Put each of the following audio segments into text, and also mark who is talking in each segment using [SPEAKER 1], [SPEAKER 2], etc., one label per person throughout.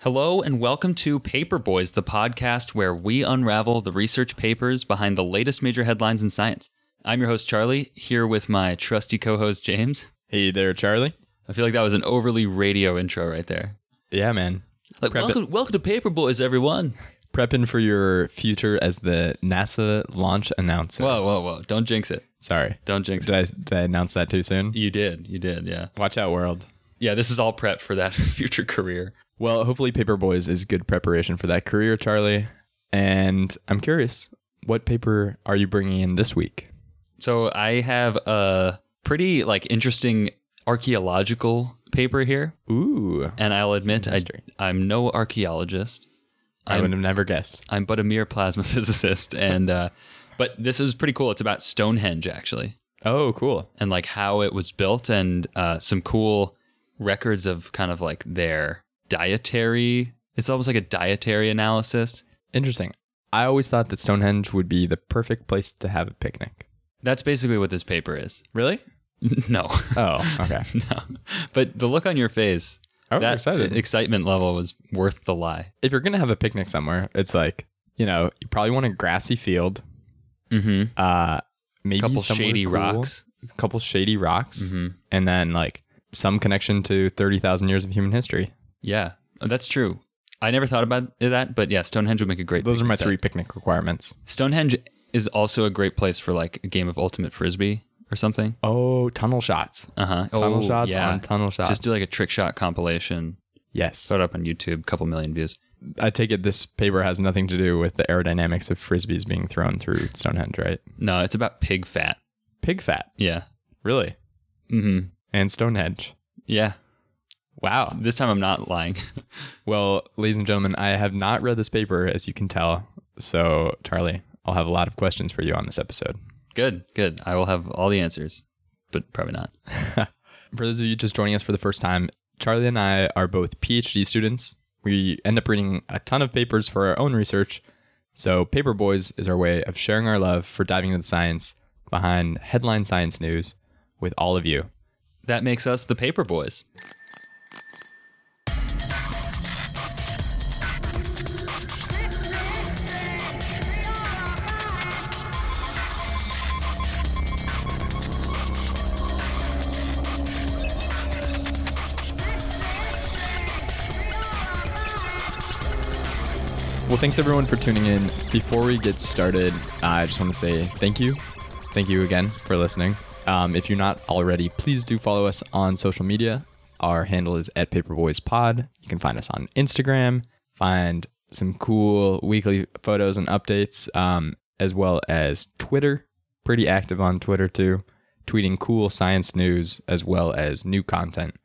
[SPEAKER 1] Hello and welcome to Paper Boys, the podcast where we unravel the research papers behind the latest major headlines in science. I'm your host, Charlie, here with my trusty co host, James.
[SPEAKER 2] Hey there, Charlie.
[SPEAKER 1] I feel like that was an overly radio intro right there.
[SPEAKER 2] Yeah, man.
[SPEAKER 1] Like,
[SPEAKER 2] Prep it.
[SPEAKER 1] welcome, welcome to Paper Boys, everyone.
[SPEAKER 2] Prepping for your future as the NASA launch announcer.
[SPEAKER 1] Whoa, whoa, whoa. Don't jinx it.
[SPEAKER 2] Sorry.
[SPEAKER 1] Don't jinx
[SPEAKER 2] Did
[SPEAKER 1] it.
[SPEAKER 2] I, did I announce that too soon?
[SPEAKER 1] You did. You did. Yeah.
[SPEAKER 2] Watch out, world.
[SPEAKER 1] Yeah. This is all prep for that future career.
[SPEAKER 2] Well, hopefully, Paper Boys is good preparation for that career, Charlie. And I'm curious, what paper are you bringing in this week?
[SPEAKER 1] So I have a pretty like interesting archaeological paper here.
[SPEAKER 2] Ooh,
[SPEAKER 1] And I'll admit, I,
[SPEAKER 2] Interesting.
[SPEAKER 1] I'm no archaeologist.
[SPEAKER 2] I would have never guessed.
[SPEAKER 1] I'm but a mere plasma physicist, and uh, but this is pretty cool. It's about Stonehenge actually,
[SPEAKER 2] Oh, cool.
[SPEAKER 1] and like how it was built, and uh, some cool records of kind of like their dietary. It's almost like a dietary analysis.
[SPEAKER 2] Interesting. I always thought that Stonehenge would be the perfect place to have a picnic.
[SPEAKER 1] That's basically what this paper is.
[SPEAKER 2] Really?
[SPEAKER 1] no,
[SPEAKER 2] Oh, okay.
[SPEAKER 1] no. But the look on your face,
[SPEAKER 2] I was
[SPEAKER 1] that
[SPEAKER 2] excited.
[SPEAKER 1] excitement level was worth the lie.
[SPEAKER 2] if you're gonna have a picnic somewhere, it's like you know you probably want a grassy field,
[SPEAKER 1] Mm-hmm.
[SPEAKER 2] uh, maybe
[SPEAKER 1] Couple
[SPEAKER 2] somewhere
[SPEAKER 1] shady
[SPEAKER 2] cool,
[SPEAKER 1] rocks.
[SPEAKER 2] a couple shady rocks,
[SPEAKER 1] hmm
[SPEAKER 2] and then like some connection to thirty thousand years of human history.
[SPEAKER 1] Yeah, Oh, that's true. I never thought about that, but yeah, Stonehenge would make a great.
[SPEAKER 2] Those are
[SPEAKER 1] picnic
[SPEAKER 2] my
[SPEAKER 1] site.
[SPEAKER 2] three picnic requirements.
[SPEAKER 1] Stonehenge is also a great place for like a game of ultimate frisbee or something.
[SPEAKER 2] Oh, tunnel shots,
[SPEAKER 1] Uh huh.
[SPEAKER 2] tunnel shots on tunnel shots.
[SPEAKER 1] Just do like a trick shot compilation.
[SPEAKER 2] yes.
[SPEAKER 1] Throw it up on YouTube, couple million views.
[SPEAKER 2] I take it this paper has nothing to do with the aerodynamics of frisbees being thrown through Stonehenge, right?
[SPEAKER 1] No, it's about pig fat.
[SPEAKER 2] Pig fat,
[SPEAKER 1] Yeah.
[SPEAKER 2] really,
[SPEAKER 1] Mm-hmm.
[SPEAKER 2] and Stonehenge.
[SPEAKER 1] Yeah.
[SPEAKER 2] Wow.
[SPEAKER 1] This time I'm not lying.
[SPEAKER 2] Well, ladies and gentlemen, I have not read this paper, as you can tell. So, Charlie, I'll have a lot of questions for you on this episode.
[SPEAKER 1] good, good. I will have all the answers, but probably not.
[SPEAKER 2] For those of you just joining us for the first time, Charlie and I are both PhD students. We end up reading a ton of papers for our own research. So, Paper Boys is our way of sharing our love for diving into the science behind headline science news with all of you.
[SPEAKER 1] That makes us the paper boys.
[SPEAKER 2] Well, thanks everyone for tuning in. Before we get started, I just want to say thank you. Thank you again for listening. Um, if you're not already, please do follow us on social media. Our handle is at PaperboysPod. You can find us on Instagram, find some cool weekly photos and updates, um, as well as Twitter. Pretty active on Twitter too, tweeting cool science news as well as new content.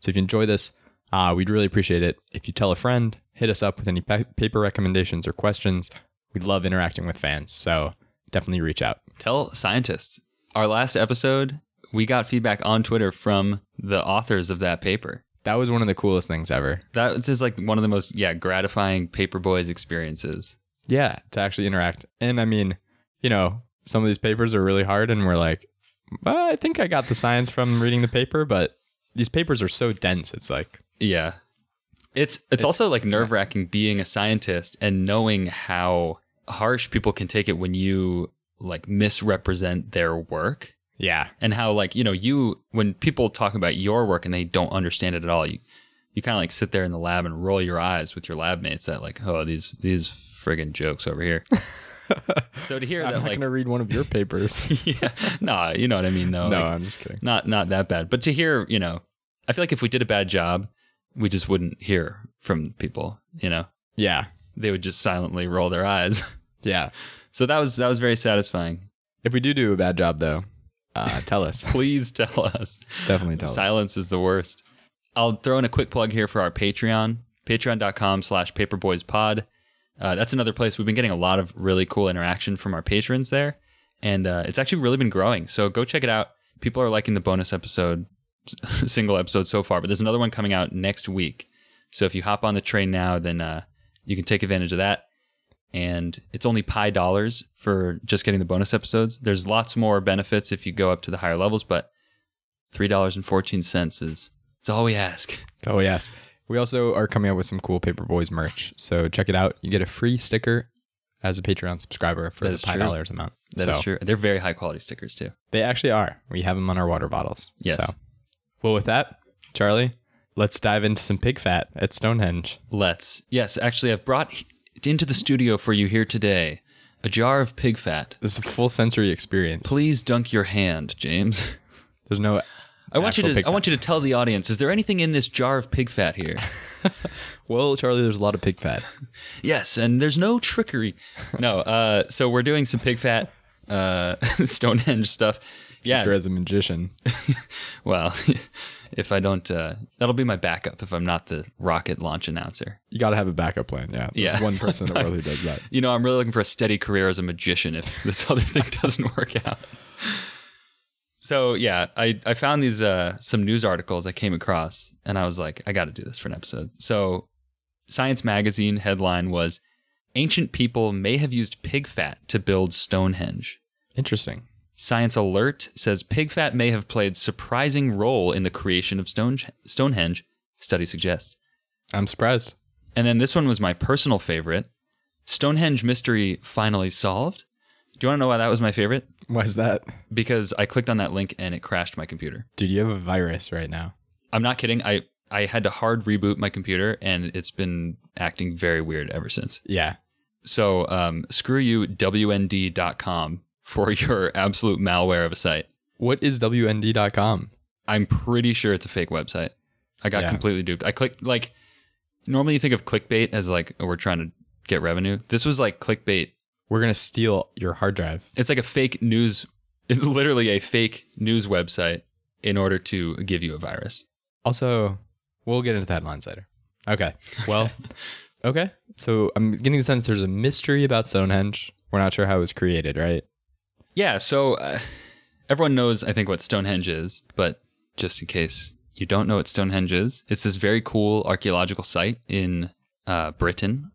[SPEAKER 2] So if you enjoy this, uh, we'd really appreciate it if you tell a friend, hit us up with any pa- paper recommendations or questions. We'd love interacting with fans, so definitely reach out.
[SPEAKER 1] Tell scientists. Our last episode, we got feedback on Twitter from the authors of that paper.
[SPEAKER 2] That was one of the coolest things ever.
[SPEAKER 1] That is like one of the most yeah gratifying paper boys experiences.
[SPEAKER 2] Yeah, to actually interact. And I mean, you know, some of these papers are really hard, and we're like, well, I think I got the science from reading the paper, but these papers are so dense. It's like,
[SPEAKER 1] Yeah. It's it's, also like nerve wracking being a scientist and knowing how harsh people can take it when you like misrepresent their work
[SPEAKER 2] yeah,
[SPEAKER 1] and how like you know you when people talk about your work and they don't understand it at all you you kind of like sit there in the lab and roll your eyes with your lab mates at like oh these these friggin' jokes over here. so to hear
[SPEAKER 2] I'm
[SPEAKER 1] that
[SPEAKER 2] not
[SPEAKER 1] like
[SPEAKER 2] gonna read one of your papers.
[SPEAKER 1] yeah no you know what I mean though
[SPEAKER 2] no,
[SPEAKER 1] like,
[SPEAKER 2] I'm just kidding.
[SPEAKER 1] not not that bad. But to hear, you know, I feel like if we did a bad job, we just wouldn't hear from people. You know,
[SPEAKER 2] Yeah,
[SPEAKER 1] they would just silently roll their eyes.
[SPEAKER 2] yeah.
[SPEAKER 1] So that was that was very satisfying.
[SPEAKER 2] If we do do a bad job, though, uh, tell us.
[SPEAKER 1] Please tell us.
[SPEAKER 2] definitely tell us.
[SPEAKER 1] Silence is the worst. I'll throw in a quick plug here for our Patreon, patreon.com slash paperboyspod. Uh, that's another place we've been getting a lot of really cool interaction from our patrons there. And uh, it's actually really been growing. So go check it out. People are liking the bonus episode, single episode so far, but there's another one coming out next week. So if you hop on the train now, then uh, you can take advantage of that. And it's only pie dollars for just getting the bonus episodes. There's lots more benefits if you go up to the higher levels, but three dollars and fourteen cents is it's all we ask.
[SPEAKER 2] Oh yes, We also are coming up with some cool Paperboys merch. So check it out. You get a free sticker as a Patreon subscriber for
[SPEAKER 1] That
[SPEAKER 2] the
[SPEAKER 1] is
[SPEAKER 2] $5
[SPEAKER 1] true.
[SPEAKER 2] amount.
[SPEAKER 1] That is
[SPEAKER 2] So
[SPEAKER 1] true. They're very high quality stickers too.
[SPEAKER 2] They actually are. We have them on our water bottles.
[SPEAKER 1] Yes.
[SPEAKER 2] So. Well, with that, Charlie, let's dive into some pig fat at Stonehenge.
[SPEAKER 1] Let's. Yes, actually, I've brought h- into the studio for you here today a jar of pig fat.
[SPEAKER 2] This is a full sensory experience.
[SPEAKER 1] Please dunk your hand, James.
[SPEAKER 2] There's no.
[SPEAKER 1] I want you
[SPEAKER 2] actual
[SPEAKER 1] to.
[SPEAKER 2] pig
[SPEAKER 1] I want you to tell the audience: Is there anything in this jar of pig fat here?
[SPEAKER 2] Well, Charlie, there's a lot of pig fat.
[SPEAKER 1] yes, and there's no trickery. No. Uh, so we're doing some pig fat, uh, Stonehenge stuff.
[SPEAKER 2] Sure,
[SPEAKER 1] Yeah.
[SPEAKER 2] as a magician.
[SPEAKER 1] Well, if I don't, uh, that'll be my backup if I'm not the rocket launch announcer.
[SPEAKER 2] You got to have a backup plan. Yeah. There's
[SPEAKER 1] Yeah.
[SPEAKER 2] one person in the world who does that.
[SPEAKER 1] You know, I'm really looking for a steady career as a magician if this other thing doesn't work out. So yeah, I, I found these uh, some news articles I came across, and I was like, I got to do this for an episode. So, Science Magazine headline was, "Ancient people may have used pig fat to build Stonehenge."
[SPEAKER 2] Interesting.
[SPEAKER 1] Science Alert says pig fat may have played surprising role in the creation of Stone- Stonehenge. Study suggests.
[SPEAKER 2] I'm surprised.
[SPEAKER 1] And then this one was my personal favorite. Stonehenge mystery finally solved. Do you want to know why that was my favorite?
[SPEAKER 2] Why is that?
[SPEAKER 1] Because I clicked on that link and it crashed my computer.
[SPEAKER 2] Dude, you have a virus right now.
[SPEAKER 1] I'm not kidding. I I had to hard reboot my computer and it's been acting very weird ever since.
[SPEAKER 2] Yeah.
[SPEAKER 1] So um, screw you, WND.com for your absolute malware of a site.
[SPEAKER 2] What is WND.com?
[SPEAKER 1] I'm pretty sure it's a fake website. I got
[SPEAKER 2] Yeah.
[SPEAKER 1] completely duped. I clicked like normally you think of clickbait as like oh, we're trying to get revenue. This was like clickbait
[SPEAKER 2] We're going to steal your hard drive.
[SPEAKER 1] it's like a fake news it's literally a fake news website in order to give you a virus
[SPEAKER 2] Also, we'll get into the headlines later. Okay. Well, okay. So I'm getting the sense there's a mystery about Stonehenge. We're not sure how it was created, right?
[SPEAKER 1] yeah so uh, everyone knows i think what stonehenge is but just in case you don't know what stonehenge is it's this very cool archaeological site in uh, britain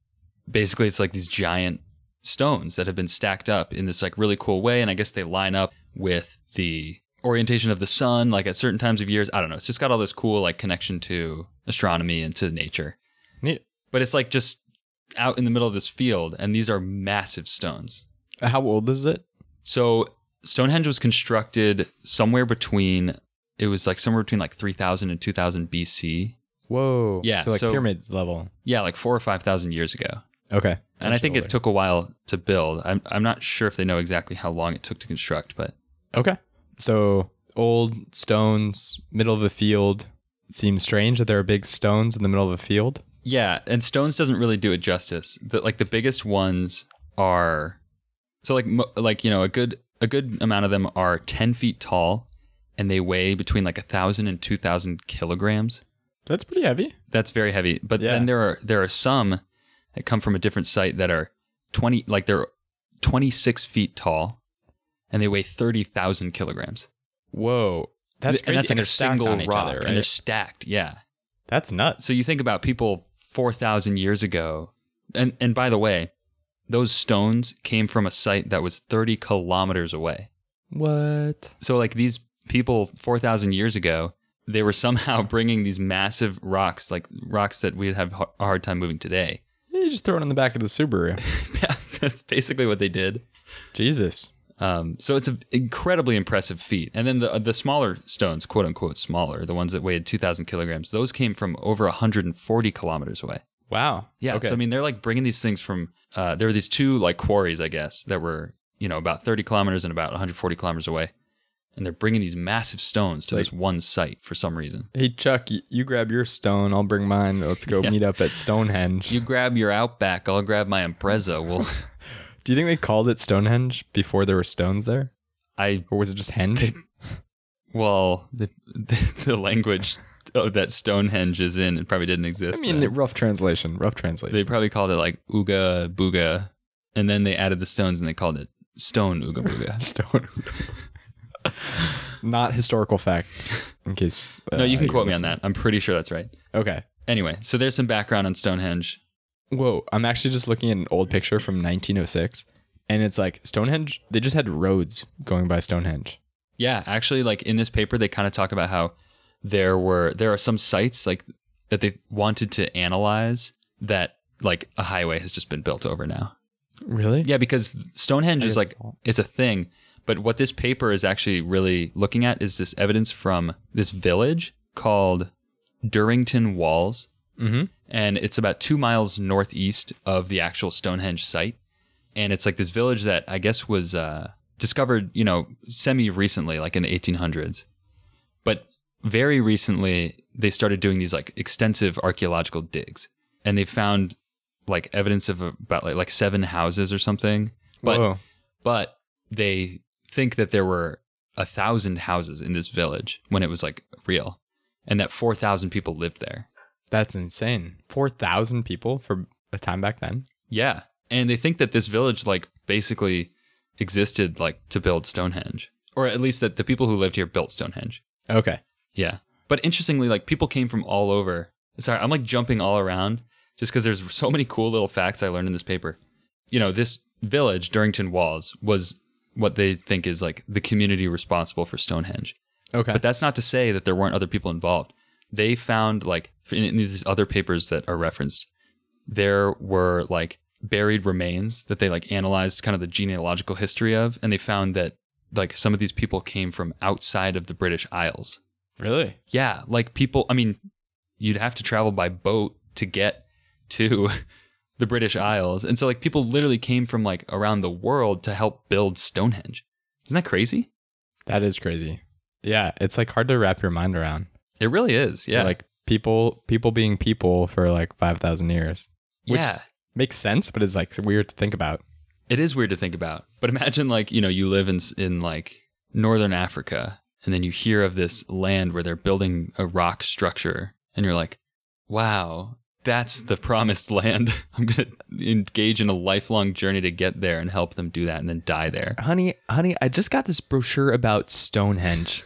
[SPEAKER 1] basically it's like these giant stones that have been stacked up in this like really cool way and i guess they line up with the orientation of the sun like at certain times of years i don't know it's just got all this cool like connection to astronomy and to nature
[SPEAKER 2] Neat.
[SPEAKER 1] but it's like just out in the middle of this field and these are massive stones
[SPEAKER 2] How old is it?
[SPEAKER 1] so stonehenge was constructed somewhere between it was like somewhere between like 3000 and 2000 bc
[SPEAKER 2] Whoa.
[SPEAKER 1] Yeah,
[SPEAKER 2] So like
[SPEAKER 1] so-
[SPEAKER 2] pyramids level.
[SPEAKER 1] yeah like four or five thousand years ago
[SPEAKER 2] Okay.
[SPEAKER 1] and i think
[SPEAKER 2] Older.
[SPEAKER 1] it took a while to build I'm, I'm not sure if they know exactly how long it took to construct but
[SPEAKER 2] Okay. So old stones, middle of a field. It seems strange that there are big stones in the middle of a field.
[SPEAKER 1] yeah and stones doesn't really do it justice the, like the biggest ones are so like mo- like you know a good a good amount of them are 10 feet tall and they weigh between like a thousand and two thousand kilograms
[SPEAKER 2] That's pretty heavy.
[SPEAKER 1] that's very heavy. But
[SPEAKER 2] Yeah.
[SPEAKER 1] then there are there are some that come from a different site that are twenty like they're twenty six feet tall, and they weigh thirty thousand kilograms.
[SPEAKER 2] Whoa. That's
[SPEAKER 1] Th-
[SPEAKER 2] crazy.
[SPEAKER 1] And that's like
[SPEAKER 2] they're
[SPEAKER 1] a
[SPEAKER 2] stacked
[SPEAKER 1] single
[SPEAKER 2] on each
[SPEAKER 1] rock,
[SPEAKER 2] other,
[SPEAKER 1] and they're
[SPEAKER 2] right?
[SPEAKER 1] stacked. Yeah.
[SPEAKER 2] That's nuts.
[SPEAKER 1] So you think about people four thousand years ago, and and by the way, those stones came from a site that was thirty kilometers away.
[SPEAKER 2] What?
[SPEAKER 1] So like these people 4000 years ago, they were somehow bringing these massive rocks, like rocks that we'd have a hard time moving today.
[SPEAKER 2] You just throw it in the back of the Subaru.
[SPEAKER 1] yeah, that's basically what they did.
[SPEAKER 2] Jesus.
[SPEAKER 1] Um, so it's an incredibly impressive feat. And then the the smaller stones, quote unquote smaller, the ones that weighed 2,000 kilograms, those came from over 140 kilometers away.
[SPEAKER 2] Wow.
[SPEAKER 1] Yeah.
[SPEAKER 2] Okay.
[SPEAKER 1] So I mean, they're like bringing these things from. Uh, there were these two like quarries, I guess, that were you know about 30 kilometers and about 140 kilometers away, and they're bringing these massive stones to
[SPEAKER 2] Like-
[SPEAKER 1] this one site for some reason.
[SPEAKER 2] hey Chuck, you, you grab your stone. I'll bring mine. Let's go
[SPEAKER 1] Yeah.
[SPEAKER 2] meet up at Stonehenge.
[SPEAKER 1] You grab your Outback, I'll grab my Impreza. Well,
[SPEAKER 2] Do you think they called it Stonehenge before there were stones there,
[SPEAKER 1] I
[SPEAKER 2] or was it just henge?
[SPEAKER 1] Well, the, the, the language of that Stonehenge is in, it probably didn't
[SPEAKER 2] I
[SPEAKER 1] exist.
[SPEAKER 2] mean,
[SPEAKER 1] then.
[SPEAKER 2] rough translation. Rough translation.
[SPEAKER 1] they probably called it like Ooga Booga, and then they added the stones and they called it Stone Ooga Booga.
[SPEAKER 2] Stone. Not historical fact. In case.
[SPEAKER 1] no,
[SPEAKER 2] uh,
[SPEAKER 1] you can
[SPEAKER 2] you're
[SPEAKER 1] quote me on
[SPEAKER 2] listening.
[SPEAKER 1] that. I'm pretty sure that's right.
[SPEAKER 2] Okay.
[SPEAKER 1] Anyway, so there's some background on Stonehenge.
[SPEAKER 2] Whoa, I'm actually just looking at an old picture from 1906, and it's like Stonehenge. They just had roads going by Stonehenge.
[SPEAKER 1] Yeah, actually, like in this paper, they kind of talk about how there were there are some sites like that they wanted to analyze that like a highway has just been built over now.
[SPEAKER 2] Really?
[SPEAKER 1] Yeah, because Stonehenge
[SPEAKER 2] I
[SPEAKER 1] is
[SPEAKER 2] guess
[SPEAKER 1] like
[SPEAKER 2] it's all-
[SPEAKER 1] it's a thing, but what this paper is actually really looking at is this evidence from this village called Durrington Walls,
[SPEAKER 2] Mm-hmm.
[SPEAKER 1] and it's about two miles northeast of the actual Stonehenge site. And it's like this village that I guess was uh, discovered, you know, semi recently, like in the 1800s. But very recently, they started doing these like extensive archaeological digs, and they found like evidence of about like, like seven houses or something. But
[SPEAKER 2] Whoa.
[SPEAKER 1] but they think that there were a thousand houses in this village when it was like real, and that four thousand people lived there.
[SPEAKER 2] That's insane. 4,000 people for a time back then.
[SPEAKER 1] Yeah. And they think that this village like basically existed like to build Stonehenge. Or at least that the people who lived here built Stonehenge.
[SPEAKER 2] Okay.
[SPEAKER 1] Yeah. But interestingly, like people came from all over. Sorry, I'm like jumping all around just because there's so many cool little facts I learned in this paper. You know, this village, Durrington Walls, was what they think is like the community responsible for Stonehenge.
[SPEAKER 2] Okay.
[SPEAKER 1] But that's not to say that there weren't other people involved. They found like in, in these other papers that are referenced, there were like buried remains that they like analyzed kind of the genealogical history of, and they found that like some of these people came from outside of the British Isles.
[SPEAKER 2] really?
[SPEAKER 1] Yeah, like people. I mean, you'd have to travel by boat to get to the British Isles, and so like people literally came from like around the world to help build Stonehenge. Isn't that crazy?
[SPEAKER 2] That is crazy. Yeah. It's like hard to wrap your mind around.
[SPEAKER 1] It really is. Yeah.
[SPEAKER 2] Like people, people being people for like 5,000 years. which-
[SPEAKER 1] yeah.
[SPEAKER 2] Makes sense, but it's like weird to think about.
[SPEAKER 1] It is weird to think about, but imagine like you know you live in s- in like northern Africa, and then you hear of this land where they're building a rock structure, and you're like, "Wow, that's the promised land." I'm gonna engage in a lifelong journey to get there and help them do that, and then die there.
[SPEAKER 2] Honey, honey, I just got this brochure about Stonehenge.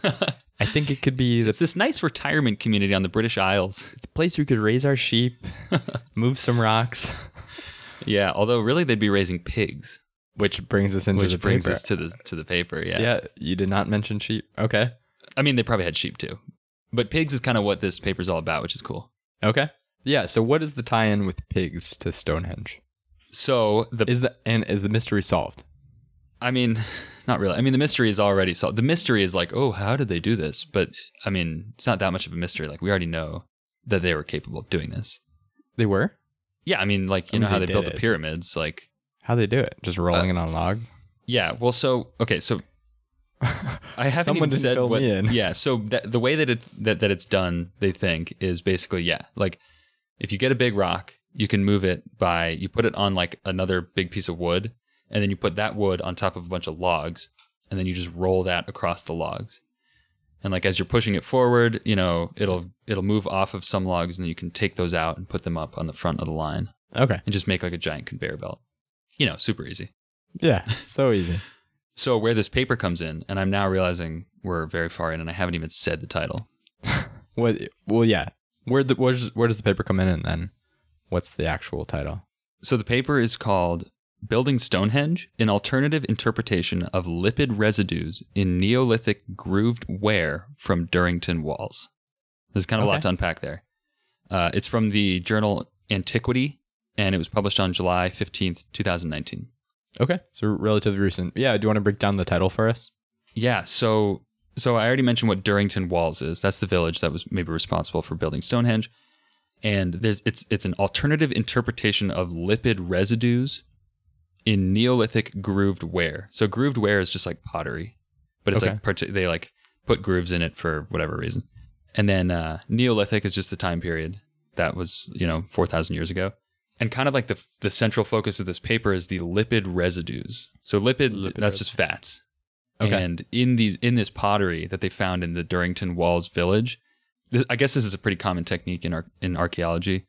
[SPEAKER 2] I think it could be the
[SPEAKER 1] It's this nice retirement community on the British Isles.
[SPEAKER 2] place we could raise our sheep, move some rocks.
[SPEAKER 1] Yeah, although really they'd be raising pigs,
[SPEAKER 2] Which brings us into
[SPEAKER 1] which
[SPEAKER 2] the
[SPEAKER 1] brings
[SPEAKER 2] paper.
[SPEAKER 1] us to the to the paper. Yeah.
[SPEAKER 2] yeah, you did not mention sheep. Okay.
[SPEAKER 1] I mean they probably had sheep too, but pigs is kind of what this paper's all about, which is cool.
[SPEAKER 2] Okay. Yeah. So what is the tie-in with pigs to Stonehenge?
[SPEAKER 1] So the
[SPEAKER 2] Is the and is the mystery solved?
[SPEAKER 1] I mean, not really. I mean, the mystery is already solved. The mystery is like, oh, how did they do this? But I mean, it's not that much of a mystery. Like, we already know that they were capable of doing this.
[SPEAKER 2] They were.
[SPEAKER 1] Yeah, I mean, like, you
[SPEAKER 2] I mean,
[SPEAKER 1] know how
[SPEAKER 2] they
[SPEAKER 1] they, built
[SPEAKER 2] did
[SPEAKER 1] the
[SPEAKER 2] it.
[SPEAKER 1] pyramids. Like,
[SPEAKER 2] How they do it? Just rolling it on logs.
[SPEAKER 1] yeah, well, so, okay, so I haven't
[SPEAKER 2] Someone
[SPEAKER 1] even
[SPEAKER 2] didn't
[SPEAKER 1] said
[SPEAKER 2] fill
[SPEAKER 1] what.
[SPEAKER 2] me in.
[SPEAKER 1] Yeah, so that, the way that, it, that, that it's done, they think, is basically, yeah, like, if you get a big rock, you can move it by, you put it on like another big piece of wood, and then you put that wood on top of a bunch of logs, and then you just roll that across the logs. and like as you're pushing it forward you know it'll it'll move off of some logs and then you can take those out and put them up on the front of the line
[SPEAKER 2] Okay.
[SPEAKER 1] and just make like a giant conveyor belt you know super easy
[SPEAKER 2] Yeah. So easy.
[SPEAKER 1] so where this paper comes in and i'm now realizing we're very far in and i haven't even said the title
[SPEAKER 2] What? Well, yeah. Where the where's, where does the paper come in? And then, what's the actual title?
[SPEAKER 1] so the paper is called building stonehenge an alternative interpretation of lipid residues in neolithic grooved ware from durrington walls there's kind of a
[SPEAKER 2] Okay.
[SPEAKER 1] lot to unpack there uh, it's from the journal antiquity and it was published on july 15th 2019
[SPEAKER 2] Okay. So relatively recent. Yeah. Do you want to break down the title for us?
[SPEAKER 1] Yeah, so so I already mentioned what Durrington Walls is. That's the village that was maybe responsible for building Stonehenge. And there's it's it's an alternative interpretation of lipid residues in Neolithic grooved ware. So grooved ware is just like pottery, but it's
[SPEAKER 2] Okay.
[SPEAKER 1] like parti they like put grooves in it for whatever reason. And then uh, Neolithic is just the time period that was you know four thousand years ago. And kind of like the the central focus of this paper is the lipid residues. So lipid, that's just fats.
[SPEAKER 2] Okay.
[SPEAKER 1] And in these in this pottery that they found in the Durrington Walls village, this, I guess this is a pretty common technique in ar- in archaeology.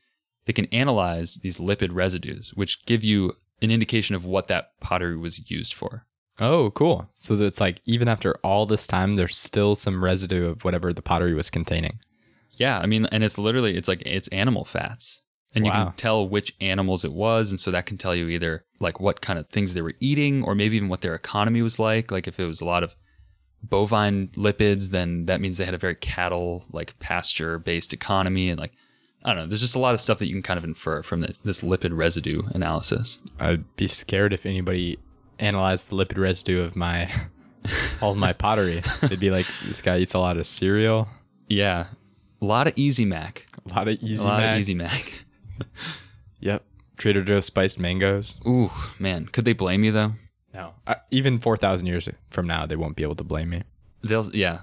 [SPEAKER 1] They can analyze these lipid residues, which give you an indication of what that pottery was used for.
[SPEAKER 2] Oh, cool. So that it's like even after all this time, there's still some residue of whatever the pottery was containing.
[SPEAKER 1] Yeah, I mean, and it's literally it's like it's animal fats, and you
[SPEAKER 2] Wow.
[SPEAKER 1] can tell which animals it was, and so that can tell you either like what kind of things they were eating, or maybe even what their economy was like. Like if it was a lot of bovine lipids, then that means they had a very cattle like pasture based economy, and like I don't know. There's just a lot of stuff that you can kind of infer from this, this lipid residue analysis.
[SPEAKER 2] I'd be scared if anybody analyzed the lipid residue of my all of my pottery. They'd be like, this guy eats a lot of cereal,
[SPEAKER 1] Yeah, a lot of Easy Mac,
[SPEAKER 2] a lot of easy,
[SPEAKER 1] a lot
[SPEAKER 2] Mac.
[SPEAKER 1] of Easy Mac.
[SPEAKER 2] Yep, Trader Joe's spiced mangoes.
[SPEAKER 1] Ooh man, could they blame you though?
[SPEAKER 2] No, I, even four thousand years from now, they won't be able to blame me.
[SPEAKER 1] They'll yeah,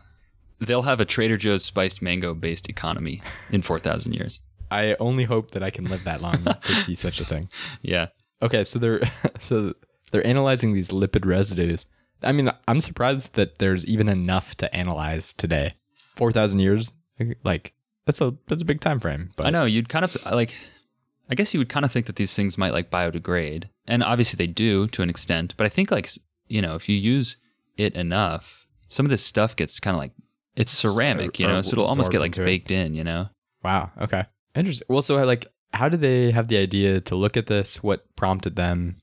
[SPEAKER 1] they'll have a Trader Joe's spiced mango based economy in four thousand years.
[SPEAKER 2] I only hope that I can live that long to see such a thing.
[SPEAKER 1] Yeah,
[SPEAKER 2] Okay, so they're so they're analyzing these lipid residues. I mean, I'm surprised that there's even enough to analyze today. Four thousand years, like that's a that's a big time frame. But
[SPEAKER 1] I know you'd kind of like. I guess you would kind of think that these things might like biodegrade, and obviously they do to an extent. But I think like s- you know, if you use it enough, some of this stuff gets kind of like it's ceramic, you know, so it'll almost get like
[SPEAKER 2] Absorbed into it.
[SPEAKER 1] baked in, you know.
[SPEAKER 2] Wow. Okay. Interesting. Well, so like, how did they have the idea to look at this? What prompted them?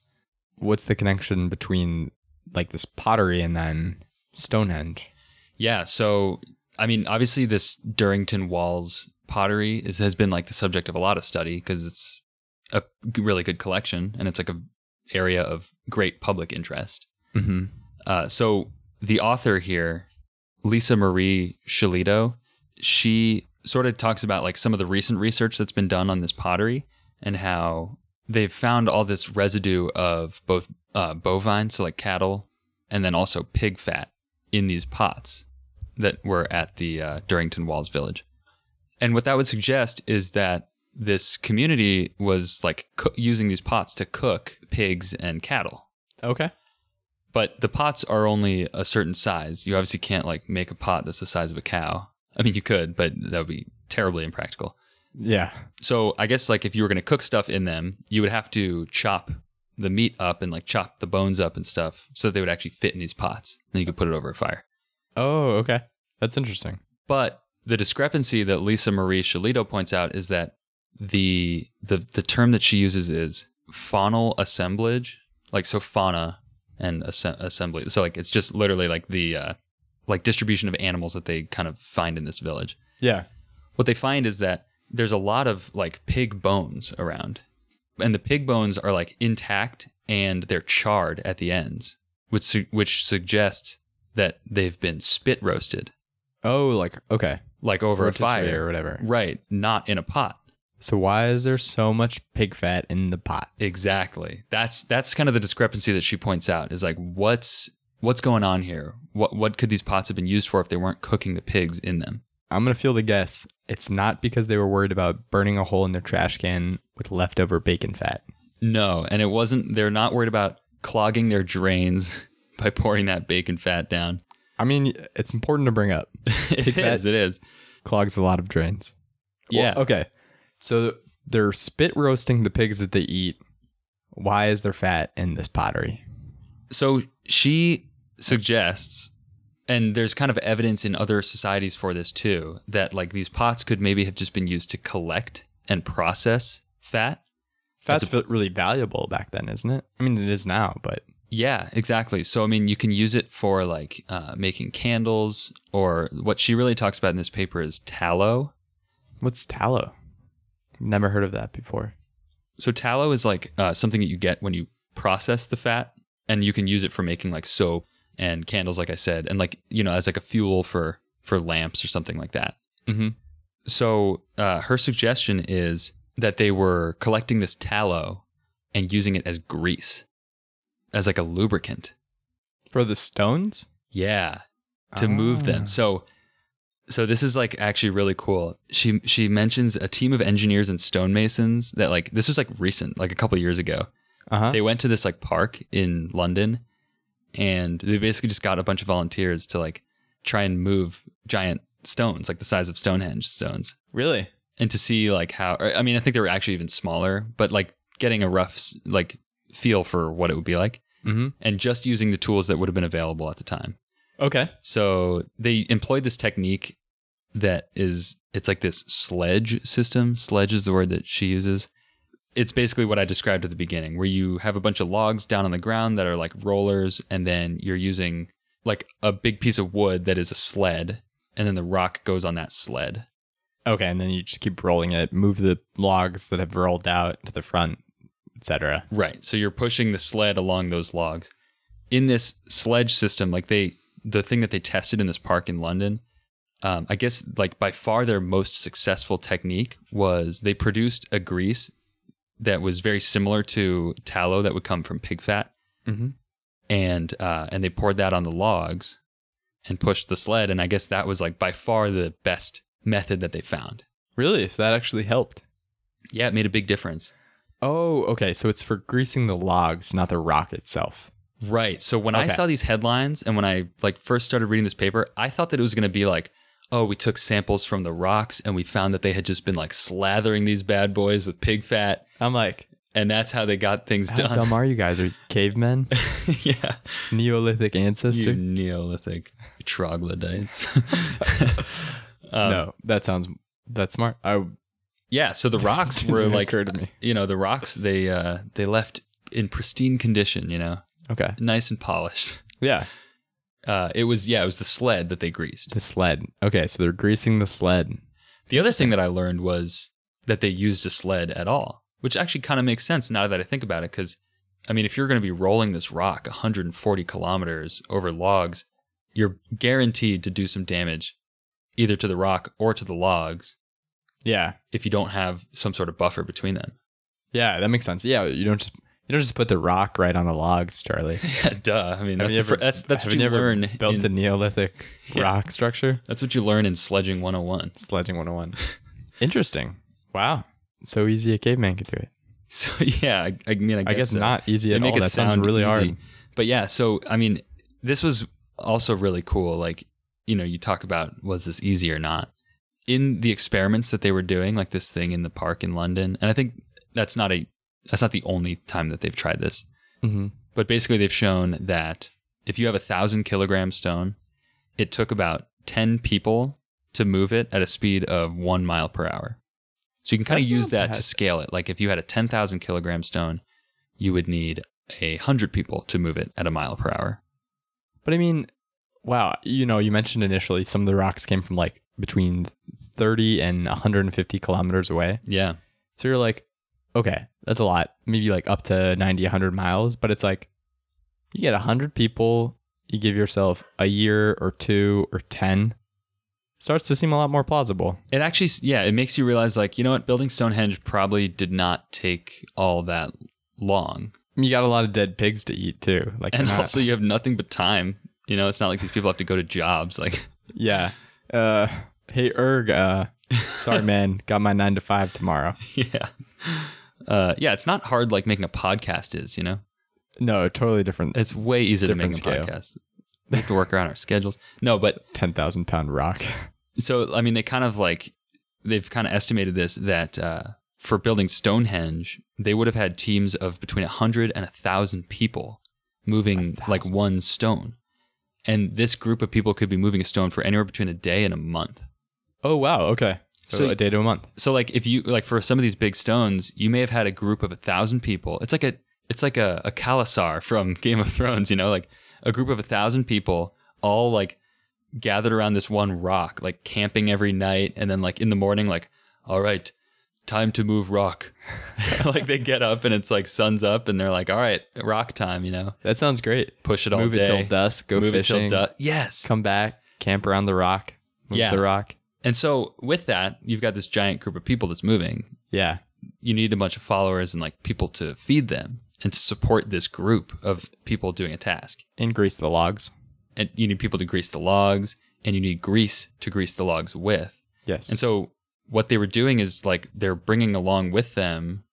[SPEAKER 2] What's the connection between like this pottery and then Stonehenge?
[SPEAKER 1] Yeah. So, I mean, obviously, this Durrington Walls pottery is, has been like the subject of a lot of study because it's a g- really good collection and it's like a area of great public interest.
[SPEAKER 2] Mm-hmm.
[SPEAKER 1] Uh, so, the author here, Lisa Marie Shalito, she sort of talks about like some of the recent research that's been done on this pottery and how they've found all this residue of both uh, bovine, so like cattle, and then also pig fat in these pots that were at the uh, Durrington Walls Village. And what that would suggest is that this community was like co- using these pots to cook pigs and cattle
[SPEAKER 2] Okay.
[SPEAKER 1] but the pots are only a certain size. You obviously can't like make a pot that's the size of a cow. I mean, you could, but that would be terribly impractical.
[SPEAKER 2] Yeah.
[SPEAKER 1] So I guess like if you were going to cook stuff in them, you would have to chop the meat up and like chop the bones up and stuff so that they would actually fit in these pots. Then you could put it over a fire.
[SPEAKER 2] Oh, okay. That's interesting.
[SPEAKER 1] But the discrepancy that Lisa Marie Shalito points out is that the the the term that she uses is faunal assemblage, like so fauna and assem- assembly. So like it's just literally like the uh, like distribution of animals that they kind of find in this village.
[SPEAKER 2] Yeah.
[SPEAKER 1] What they find is that there's a lot of like pig bones around, and the pig bones are like intact and they're charred at the ends, which su- which suggests that they've been spit roasted,
[SPEAKER 2] Oh, like okay.
[SPEAKER 1] like over a
[SPEAKER 2] Rotisserie
[SPEAKER 1] fire
[SPEAKER 2] or whatever.
[SPEAKER 1] Right, not in a pot.
[SPEAKER 2] So why is there so much pig fat in the pot?
[SPEAKER 1] Exactly. That's that's kind of the discrepancy that she points out is like what's what's going on here? What what could these pots have been used for if they weren't cooking the pigs in them?
[SPEAKER 2] I'm gonna feel the guess. It's not because they were worried about burning a hole in their trash can with leftover bacon fat.
[SPEAKER 1] No, and it wasn't they're not worried about clogging their drains by pouring that bacon fat down.
[SPEAKER 2] I mean, it's important to bring up.
[SPEAKER 1] it
[SPEAKER 2] fat.
[SPEAKER 1] is, it is.
[SPEAKER 2] Clogs a lot of drains. Well,
[SPEAKER 1] Yeah.
[SPEAKER 2] okay. So they're spit roasting the pigs that they eat. Why is there fat in this pottery?
[SPEAKER 1] So she suggests, and there's kind of evidence in other societies for this too, that like these pots could maybe have just been used to collect and process fat
[SPEAKER 2] Fat's
[SPEAKER 1] That's a-
[SPEAKER 2] fe- really valuable back then, isn't it? I mean, it is now, but
[SPEAKER 1] Yeah, exactly. So I mean, you can use it for like uh, making candles, or what she really talks about in this paper is tallow.
[SPEAKER 2] what's tallow? Never heard of that before.
[SPEAKER 1] So tallow is like uh, something that you get when you process the fat, and you can use it for making like soap and candles, like I said, and like you know as like a fuel for for lamps or something like that.
[SPEAKER 2] Mhm.
[SPEAKER 1] So uh, her suggestion is that they were collecting this tallow and using it as grease, as like a lubricant.
[SPEAKER 2] For the stones?
[SPEAKER 1] Yeah, to move
[SPEAKER 2] Ah.
[SPEAKER 1] them. So so this is like actually really cool. She she mentions a team of engineers and stonemasons that like this was like recent, like a couple years ago.
[SPEAKER 2] Uh huh.
[SPEAKER 1] They went to this like park in London and they basically just got a bunch of volunteers to like try and move giant stones, like the size of Stonehenge stones.
[SPEAKER 2] Really?
[SPEAKER 1] And to see like how or, I mean, I think they were actually even smaller, but like getting a rough s- like feel for what it would be like
[SPEAKER 2] Mm-hmm.
[SPEAKER 1] and just using the tools that would have been available at the time.
[SPEAKER 2] Okay.
[SPEAKER 1] So they employed this technique that is it's like this sledge system. Sledge is the word that she uses. It's basically what I described at the beginning, where you have a bunch of logs down on the ground that are like rollers, and then you're using like a big piece of wood that is a sled, and then the rock goes on that sled.
[SPEAKER 2] Okay, and then you just keep rolling it. Move the logs that have rolled out to the front, etc.
[SPEAKER 1] Right. So you're pushing the sled along those logs. In this sledge system, like they, the thing that they tested in this park in London, um, I guess like by far their most successful technique was they produced a grease that was very similar to tallow that would come from pig fat,
[SPEAKER 2] Mhm.
[SPEAKER 1] and uh, and they poured that on the logs and pushed the sled. And I guess that was like by far the best method that they found.
[SPEAKER 2] Really? So that actually helped.
[SPEAKER 1] Yeah, it made a big difference.
[SPEAKER 2] Oh, okay. So it's for greasing the logs, not the rock itself.
[SPEAKER 1] Right. So when I
[SPEAKER 2] Okay.
[SPEAKER 1] saw these headlines and when I like first started reading this paper, I thought that it was going to be like, oh, we took samples from the rocks and we found that they had just been like slathering these bad boys with pig fat
[SPEAKER 2] I'm like,
[SPEAKER 1] and that's how they got things
[SPEAKER 2] how
[SPEAKER 1] done.
[SPEAKER 2] dumb are you guys? Are you cavemen?
[SPEAKER 1] yeah.
[SPEAKER 2] Neolithic ancestor?
[SPEAKER 1] You Neolithic troglodytes. Um,
[SPEAKER 2] no, that sounds that's smart. I
[SPEAKER 1] Yeah, so the rocks
[SPEAKER 2] didn't
[SPEAKER 1] were
[SPEAKER 2] even
[SPEAKER 1] like
[SPEAKER 2] occur to me.
[SPEAKER 1] you know, the rocks they uh they left in pristine condition, you know,
[SPEAKER 2] Okay.
[SPEAKER 1] nice and polished.
[SPEAKER 2] Yeah,
[SPEAKER 1] Uh it was yeah, it was the sled that they greased.
[SPEAKER 2] the sled. Okay, so they're greasing the sled.
[SPEAKER 1] The other thing that I learned was that they used a sled at all, which actually kind of makes sense now that I think about it. Because, I mean, if you're going to be rolling this rock 140 kilometers over logs, you're guaranteed to do some damage either to the rock or to the logs
[SPEAKER 2] Yeah.
[SPEAKER 1] if you don't have some sort of buffer between them.
[SPEAKER 2] Yeah, that makes sense. Yeah, you don't just you don't just put the rock right on the logs, Charlie.
[SPEAKER 1] Yeah, duh. I mean,
[SPEAKER 2] Have
[SPEAKER 1] that's,
[SPEAKER 2] you
[SPEAKER 1] the fir-
[SPEAKER 2] ever-
[SPEAKER 1] that's, that's
[SPEAKER 2] have
[SPEAKER 1] what you
[SPEAKER 2] never
[SPEAKER 1] learn.
[SPEAKER 2] built
[SPEAKER 1] in-
[SPEAKER 2] a Neolithic
[SPEAKER 1] Yeah.
[SPEAKER 2] rock structure.
[SPEAKER 1] that's what you learn in Sledging 101.
[SPEAKER 2] Sledging 101. Interesting. Wow. So easy a caveman could do it.
[SPEAKER 1] So, yeah, I, I mean, I
[SPEAKER 2] I,
[SPEAKER 1] guess,
[SPEAKER 2] guess
[SPEAKER 1] so.
[SPEAKER 2] not easy
[SPEAKER 1] They
[SPEAKER 2] at
[SPEAKER 1] make
[SPEAKER 2] all.
[SPEAKER 1] it
[SPEAKER 2] that
[SPEAKER 1] sound
[SPEAKER 2] sounds really
[SPEAKER 1] easy.
[SPEAKER 2] hard.
[SPEAKER 1] But yeah, so I mean, this was also really cool. Like, you know, you talk about was this easy or not? In the experiments that they were doing, like this thing in the park in London, and I think that's not a that's not the only time that they've tried this.
[SPEAKER 2] Mm-hmm.
[SPEAKER 1] But basically, they've shown that if you have a thousand kilogram stone, it took about ten people to move it at a speed of one mile per hour. So you can kind
[SPEAKER 2] That's
[SPEAKER 1] of use
[SPEAKER 2] not
[SPEAKER 1] that
[SPEAKER 2] bad.
[SPEAKER 1] to scale it. Like if you had a ten thousand kilogram stone, you would need a hundred people to move it at a mile per hour.
[SPEAKER 2] But I mean, wow. You know, you mentioned initially some of the rocks came from like between 30 and 150 kilometers away.
[SPEAKER 1] Yeah,
[SPEAKER 2] So you're like, okay, that's a lot. Maybe like up to 90, 100 miles. But it's like, you get 100 people, you give yourself a year or two or 10. Starts to seem a lot more plausible.
[SPEAKER 1] it actually s- yeah it makes you realize like you know what building Stonehenge probably did not take all that long,
[SPEAKER 2] You got a lot of dead pigs to eat too. Like
[SPEAKER 1] and
[SPEAKER 2] you're not-
[SPEAKER 1] also you have nothing but time. You know, it's not like these people have to go to jobs. Like
[SPEAKER 2] Yeah. Uh, hey, Erg. Uh, sorry, man. Got my nine to five tomorrow.
[SPEAKER 1] yeah. Uh, yeah, it's not hard like making a podcast is, you know?
[SPEAKER 2] No, totally different.
[SPEAKER 1] It's way easier to make
[SPEAKER 2] different
[SPEAKER 1] a
[SPEAKER 2] scale.
[SPEAKER 1] podcast. We have to work around our schedules. No, but
[SPEAKER 2] ten thousand pound rock.
[SPEAKER 1] so, I mean, they kind of like, they've kind of estimated this that uh, for building Stonehenge, they would have had teams of between 100 and 1,000 people moving like
[SPEAKER 2] 1,000.
[SPEAKER 1] one stone. And this group of people could be moving a stone for anywhere between a day and a month.
[SPEAKER 2] Oh wow. Okay. So,
[SPEAKER 1] So-
[SPEAKER 2] a day to a month.
[SPEAKER 1] so like if you like for some of these big stones you may have had a group of a thousand people it's like a it's like a, a Kalasar from game of thrones you know like a group of a thousand people all like gathered around this one rock like camping every night and then like in the morning like all right time to move rock like they get up and it's like sun's up and they're like all right rock time you know
[SPEAKER 2] That sounds great.
[SPEAKER 1] push it all
[SPEAKER 2] Move
[SPEAKER 1] day
[SPEAKER 2] it till dusk. Go
[SPEAKER 1] move
[SPEAKER 2] fishing.
[SPEAKER 1] it till dusk yes
[SPEAKER 2] Come back. Camp around the rock. Move
[SPEAKER 1] Yeah.
[SPEAKER 2] the rock.
[SPEAKER 1] and so with that you've got this giant group of people that's moving
[SPEAKER 2] Yeah.
[SPEAKER 1] you need a bunch of followers and like people to feed them and to support this group of people doing a task.
[SPEAKER 2] And grease the logs.
[SPEAKER 1] And you need people to grease the logs and you need grease to grease the logs with.
[SPEAKER 2] Yes.
[SPEAKER 1] And so what they were doing is like they're bringing along with them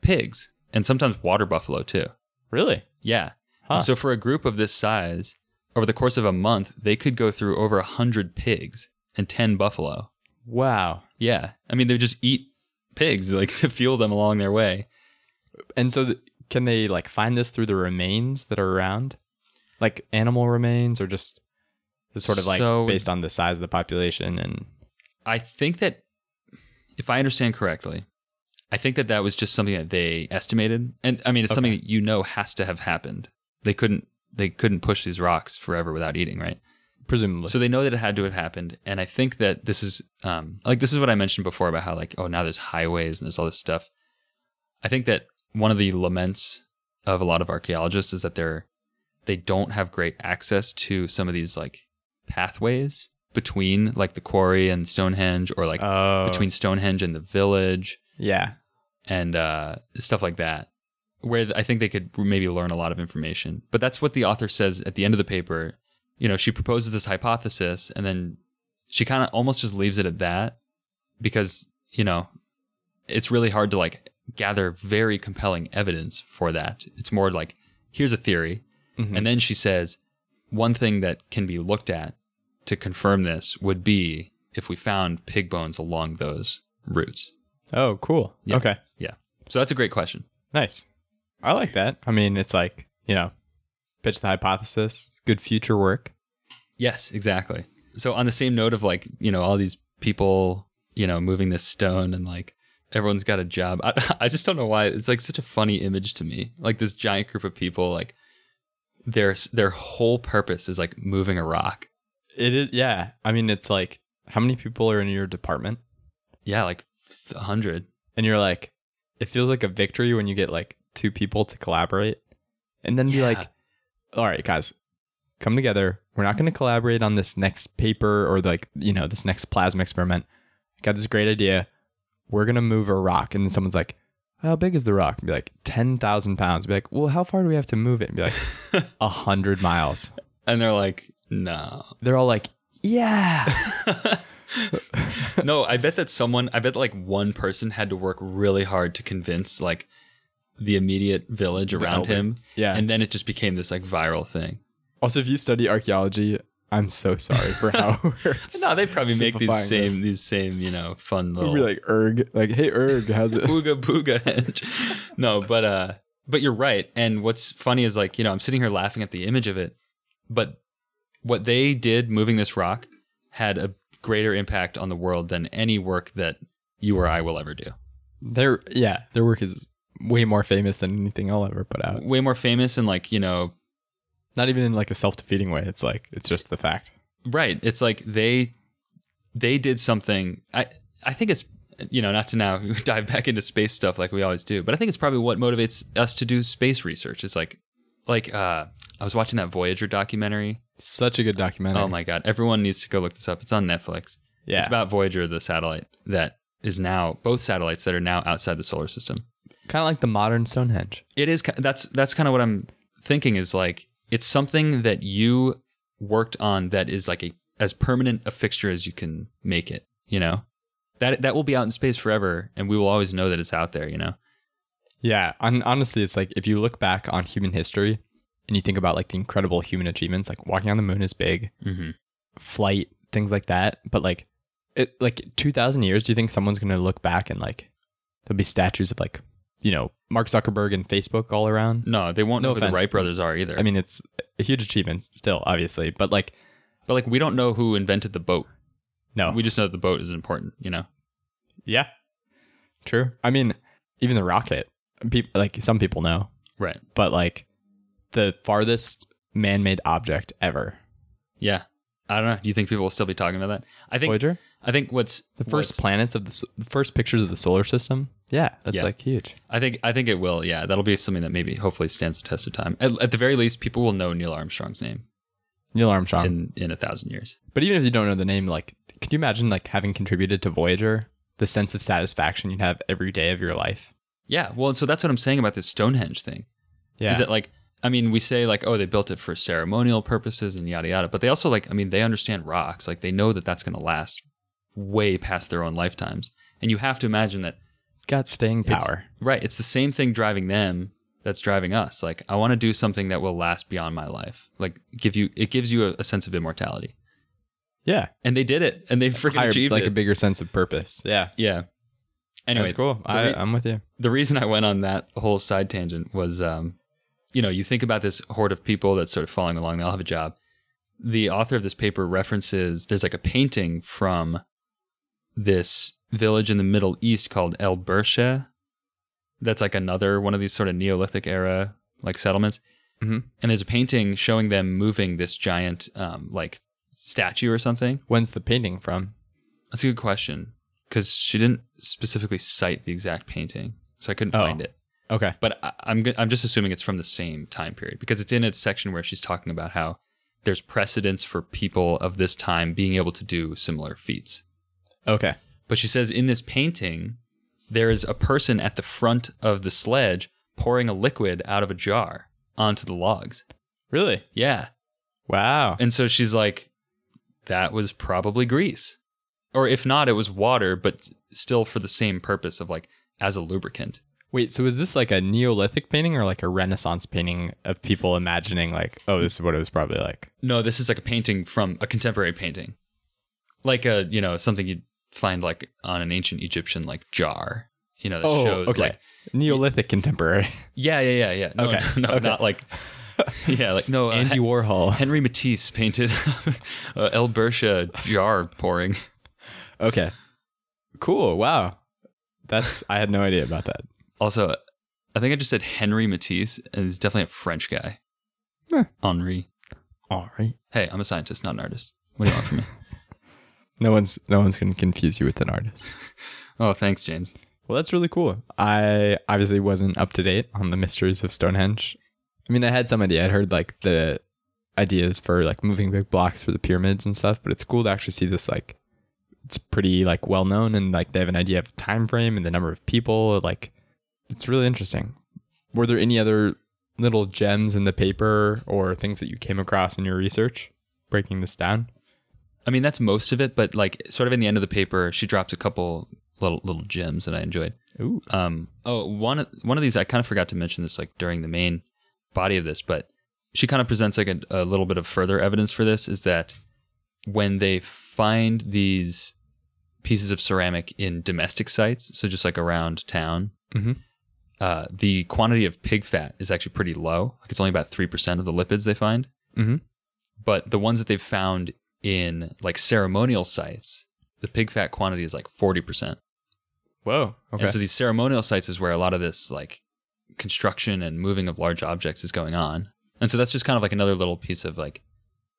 [SPEAKER 1] pigs and sometimes water buffalo too.
[SPEAKER 2] really.
[SPEAKER 1] Yeah.
[SPEAKER 2] Huh.
[SPEAKER 1] And so for a group of this size, over the course of a month, they could go through over 100 pigs and 10 buffalo.
[SPEAKER 2] Wow.
[SPEAKER 1] Yeah. I mean, they would just eat pigs like to fuel them along their way.
[SPEAKER 2] And so th- can they like find this through the remains that are around, like animal remains, or just it's sort of like
[SPEAKER 1] So-
[SPEAKER 2] based on the size of the population and
[SPEAKER 1] I think that, if I understand correctly, I think that that was just something that they estimated, and I mean, it's something that you know has to have happened. They couldn't they couldn't push these rocks forever without eating, right?
[SPEAKER 2] presumably.
[SPEAKER 1] So they know that it had to have happened, and I think that this is um, like this is what I mentioned before about how like oh now there's highways and there's all this stuff. I think that one of the laments of a lot of archaeologists is that they're they don't have great access to some of these like pathways between like the quarry and Stonehenge or like
[SPEAKER 2] Oh.
[SPEAKER 1] between Stonehenge and the village
[SPEAKER 2] yeah,
[SPEAKER 1] and uh, stuff like that, where I think they could maybe learn a lot of information. But that's what the author says at the end of the paper. You know, she proposes this hypothesis and then she kind of almost just leaves it at that because, you know, it's really hard to like gather very compelling evidence for that. It's more like, here's a theory.
[SPEAKER 2] Mhm.
[SPEAKER 1] And then she says, one thing that can be looked at to confirm this would be if we found pig bones along those routes.
[SPEAKER 2] Oh, cool.
[SPEAKER 1] Yeah.
[SPEAKER 2] Okay.
[SPEAKER 1] Yeah. So that's a great question.
[SPEAKER 2] Nice. I like that. I mean, it's like, you know, pitch the hypothesis, good future work.
[SPEAKER 1] Yes, exactly. So on the same note of like, you know, all these people, you know, moving this stone and like everyone's got a job. I, I just don't know why it's like such a funny image to me. Like this giant group of people like their their whole purpose is like moving a rock.
[SPEAKER 2] It is, yeah. I mean, it's like, how many people are in your department?
[SPEAKER 1] Yeah, like a 100.
[SPEAKER 2] And you're like, it feels like a victory when you get like two people to collaborate and then be
[SPEAKER 1] Yeah.
[SPEAKER 2] like, all right, guys, come together. We're not going to collaborate on this next paper or like, you know, this next plasma experiment. Got this great idea. We're going to move a rock. And then someone's like, how big is the rock? And be like, 10,000 pounds. Be like, well, how far do we have to move it? And be like, a 100 miles.
[SPEAKER 1] And they're like, "No."
[SPEAKER 2] They're all like, yeah.
[SPEAKER 1] no, I bet that someone, I bet like one person had to work really hard to convince like the immediate village around
[SPEAKER 2] elder.
[SPEAKER 1] him.
[SPEAKER 2] Yeah.
[SPEAKER 1] And then it just became this like viral thing.
[SPEAKER 2] Also, if you study archaeology, I'm so sorry for how it works.
[SPEAKER 1] No, they probably make these
[SPEAKER 2] Simplifying
[SPEAKER 1] same,
[SPEAKER 2] this.
[SPEAKER 1] these same, you know, fun little
[SPEAKER 2] We'd be like, erg. Like, hey, erg, how's it?
[SPEAKER 1] booga booga henge. No, but uh, but you're right. And what's funny is like you know I'm sitting here laughing at the image of it, but what they did moving this rock had a greater impact on the world than any work that you or I will ever do.
[SPEAKER 2] Their yeah, their work is way more famous than anything I'll ever put out.
[SPEAKER 1] Way more famous and like you know
[SPEAKER 2] Not even in like a self defeating way. It's like it's just the fact.
[SPEAKER 1] Right. It's like they they did something. I I think it's you know not to now dive back into space stuff like we always do, but I think it's probably what motivates us to do space research. It's like like uh, I was watching that Voyager documentary.
[SPEAKER 2] Such a good documentary.
[SPEAKER 1] Oh my god! Everyone needs to go look this up. It's on Netflix.
[SPEAKER 2] yeah.
[SPEAKER 1] It's about Voyager, the satellite that is now both satellites that are now outside the solar system
[SPEAKER 2] kind of like the modern Stonehenge.
[SPEAKER 1] it is ki- that's that's kind of what i'm thinking is like it's something that you worked on that is like a as permanent a fixture as you can make it you know that that will be out in space forever and we will always know that it's out there you know
[SPEAKER 2] Yeah, and honestly, it's like if you look back on human history and you think about like the incredible human achievements, like walking on the moon is big,
[SPEAKER 1] mm-hmm.
[SPEAKER 2] flight, things like that. But like, it like two thousand years, do you think someone's gonna look back and like there'll be statues of like you know Mark Zuckerberg and Facebook all around?
[SPEAKER 1] no they won't
[SPEAKER 2] No
[SPEAKER 1] know who the
[SPEAKER 2] offense.
[SPEAKER 1] wright brothers are either
[SPEAKER 2] I mean, it's a huge achievement still, obviously, but like
[SPEAKER 1] but like we don't know who invented the boat
[SPEAKER 2] no,
[SPEAKER 1] we just know that the boat is important you know
[SPEAKER 2] Yeah. True. I mean, even the rocket, people like some people know,
[SPEAKER 1] right
[SPEAKER 2] but like the farthest man-made object ever.
[SPEAKER 1] yeah i don't know do you think people will still be talking about that i think
[SPEAKER 2] Voyager,
[SPEAKER 1] i think what's
[SPEAKER 2] the first
[SPEAKER 1] what's-
[SPEAKER 2] planets of the, s- the first pictures of the solar system. Yeah, that's
[SPEAKER 1] Yeah.
[SPEAKER 2] like huge.
[SPEAKER 1] I think I think it will. Yeah, that'll be something that maybe hopefully stands the test of time. At, at the very least, people will know Neil Armstrong's name
[SPEAKER 2] Neil Armstrong.
[SPEAKER 1] in in a thousand years.
[SPEAKER 2] but even if you don't know the name, like, can you imagine like having contributed to Voyager? The sense of satisfaction you'd have every day of your life.
[SPEAKER 1] Yeah. Well, and so that's what I'm saying about this Stonehenge thing.
[SPEAKER 2] Yeah.
[SPEAKER 1] Is that like I mean, we say like, oh, they built it for ceremonial purposes and yada yada, but they also like, I mean, they understand rocks. Like they know that that's going to last way past their own lifetimes. And you have to imagine that
[SPEAKER 2] got staying
[SPEAKER 1] It's-
[SPEAKER 2] power?
[SPEAKER 1] right. It's the same thing driving them that's driving us. Like I want to do something that will last beyond my life. Like give you it gives you a, a sense of immortality.
[SPEAKER 2] Yeah.
[SPEAKER 1] And they did it, and they freaking
[SPEAKER 2] Higher,
[SPEAKER 1] achieved
[SPEAKER 2] like
[SPEAKER 1] it.
[SPEAKER 2] a bigger sense of purpose. Yeah.
[SPEAKER 1] Yeah. Anyway,
[SPEAKER 2] that's cool.
[SPEAKER 1] the
[SPEAKER 2] I,
[SPEAKER 1] re-
[SPEAKER 2] I'm with you.
[SPEAKER 1] the reason I went on that whole side tangent was, um, you know, you think about this horde of people that's sort of following along. They all have a job. The author of this paper references there's like a painting from this village in the Middle East called El Bersha. That's like another one of these sort of Neolithic era like settlements.
[SPEAKER 2] Mhm.
[SPEAKER 1] And there's a painting showing them moving this giant um, like statue or something?
[SPEAKER 2] When's the painting from?
[SPEAKER 1] That's a good question because she didn't specifically cite the exact painting, so I couldn't
[SPEAKER 2] Oh.
[SPEAKER 1] find it.
[SPEAKER 2] Okay.
[SPEAKER 1] But I, I'm go- I'm just assuming it's from the same time period because it's in a section where she's talking about how there's precedence for people of this time being able to do similar feats.
[SPEAKER 2] Okay.
[SPEAKER 1] But she says in this painting, there is a person at the front of the sledge pouring a liquid out of a jar onto the logs.
[SPEAKER 2] Really?
[SPEAKER 1] Yeah.
[SPEAKER 2] Wow.
[SPEAKER 1] And so she's like, that was probably grease. Or if not, it was water, but still for the same purpose of like as a lubricant.
[SPEAKER 2] Wait, so is this like a Neolithic painting or like a Renaissance painting of people imagining like, oh, this is what it was probably like?
[SPEAKER 1] No, this is like a painting from a contemporary painting. Like a, you know, something you'd find like on an ancient Egyptian like jar, you know, that shows like
[SPEAKER 2] Oh, Neolithic contemporary.
[SPEAKER 1] Yeah, yeah, yeah, yeah. No,
[SPEAKER 2] Okay,
[SPEAKER 1] no, no,
[SPEAKER 2] okay.
[SPEAKER 1] not like Yeah, like no uh,
[SPEAKER 2] Andy
[SPEAKER 1] Hen-
[SPEAKER 2] Warhol.
[SPEAKER 1] Henry Matisse painted uh, El Bersha jar pouring.
[SPEAKER 2] Okay. Cool. Wow. That's I had no idea about that.
[SPEAKER 1] Also, I think I just said Henry Matisse, and he's definitely a French guy.
[SPEAKER 2] Huh.
[SPEAKER 1] Henri.
[SPEAKER 2] All right.
[SPEAKER 1] Hey, I'm a scientist, not an artist. What do you want from me?
[SPEAKER 2] No one's no one's gonna confuse you with an artist.
[SPEAKER 1] Oh, thanks, James.
[SPEAKER 2] Well, that's really cool. I obviously wasn't up to date on the mysteries of Stonehenge. I mean, I had some idea. I'd heard like the ideas for like moving big blocks for the pyramids and stuff, but it's cool to actually see this like it's pretty like well known and like they have an idea of time frame and the number of people. Like it's really interesting. Were there any other little gems in the paper or things that you came across in your research breaking this down?
[SPEAKER 1] I mean, that's most of it, but like, sort of in the end of the paper, she dropped a couple little little gems that I enjoyed.
[SPEAKER 2] Ooh.
[SPEAKER 1] Um, oh, one one of these I kind of forgot to mention this like during the main body of this, but she kind of presents like a, a little bit of further evidence for this is that when they find these pieces of ceramic in domestic sites, so just like around town,
[SPEAKER 2] Mhm.
[SPEAKER 1] uh, the quantity of pig fat is actually pretty low. Like it's only about three percent of the lipids they find.
[SPEAKER 2] Mhm.
[SPEAKER 1] But the ones that they've found in like ceremonial sites, the pig fat quantity is like forty percent.
[SPEAKER 2] Whoa. Okay.
[SPEAKER 1] And so these ceremonial sites is where a lot of this like construction and moving of large objects is going on. And so that's just kind of like another little piece of like,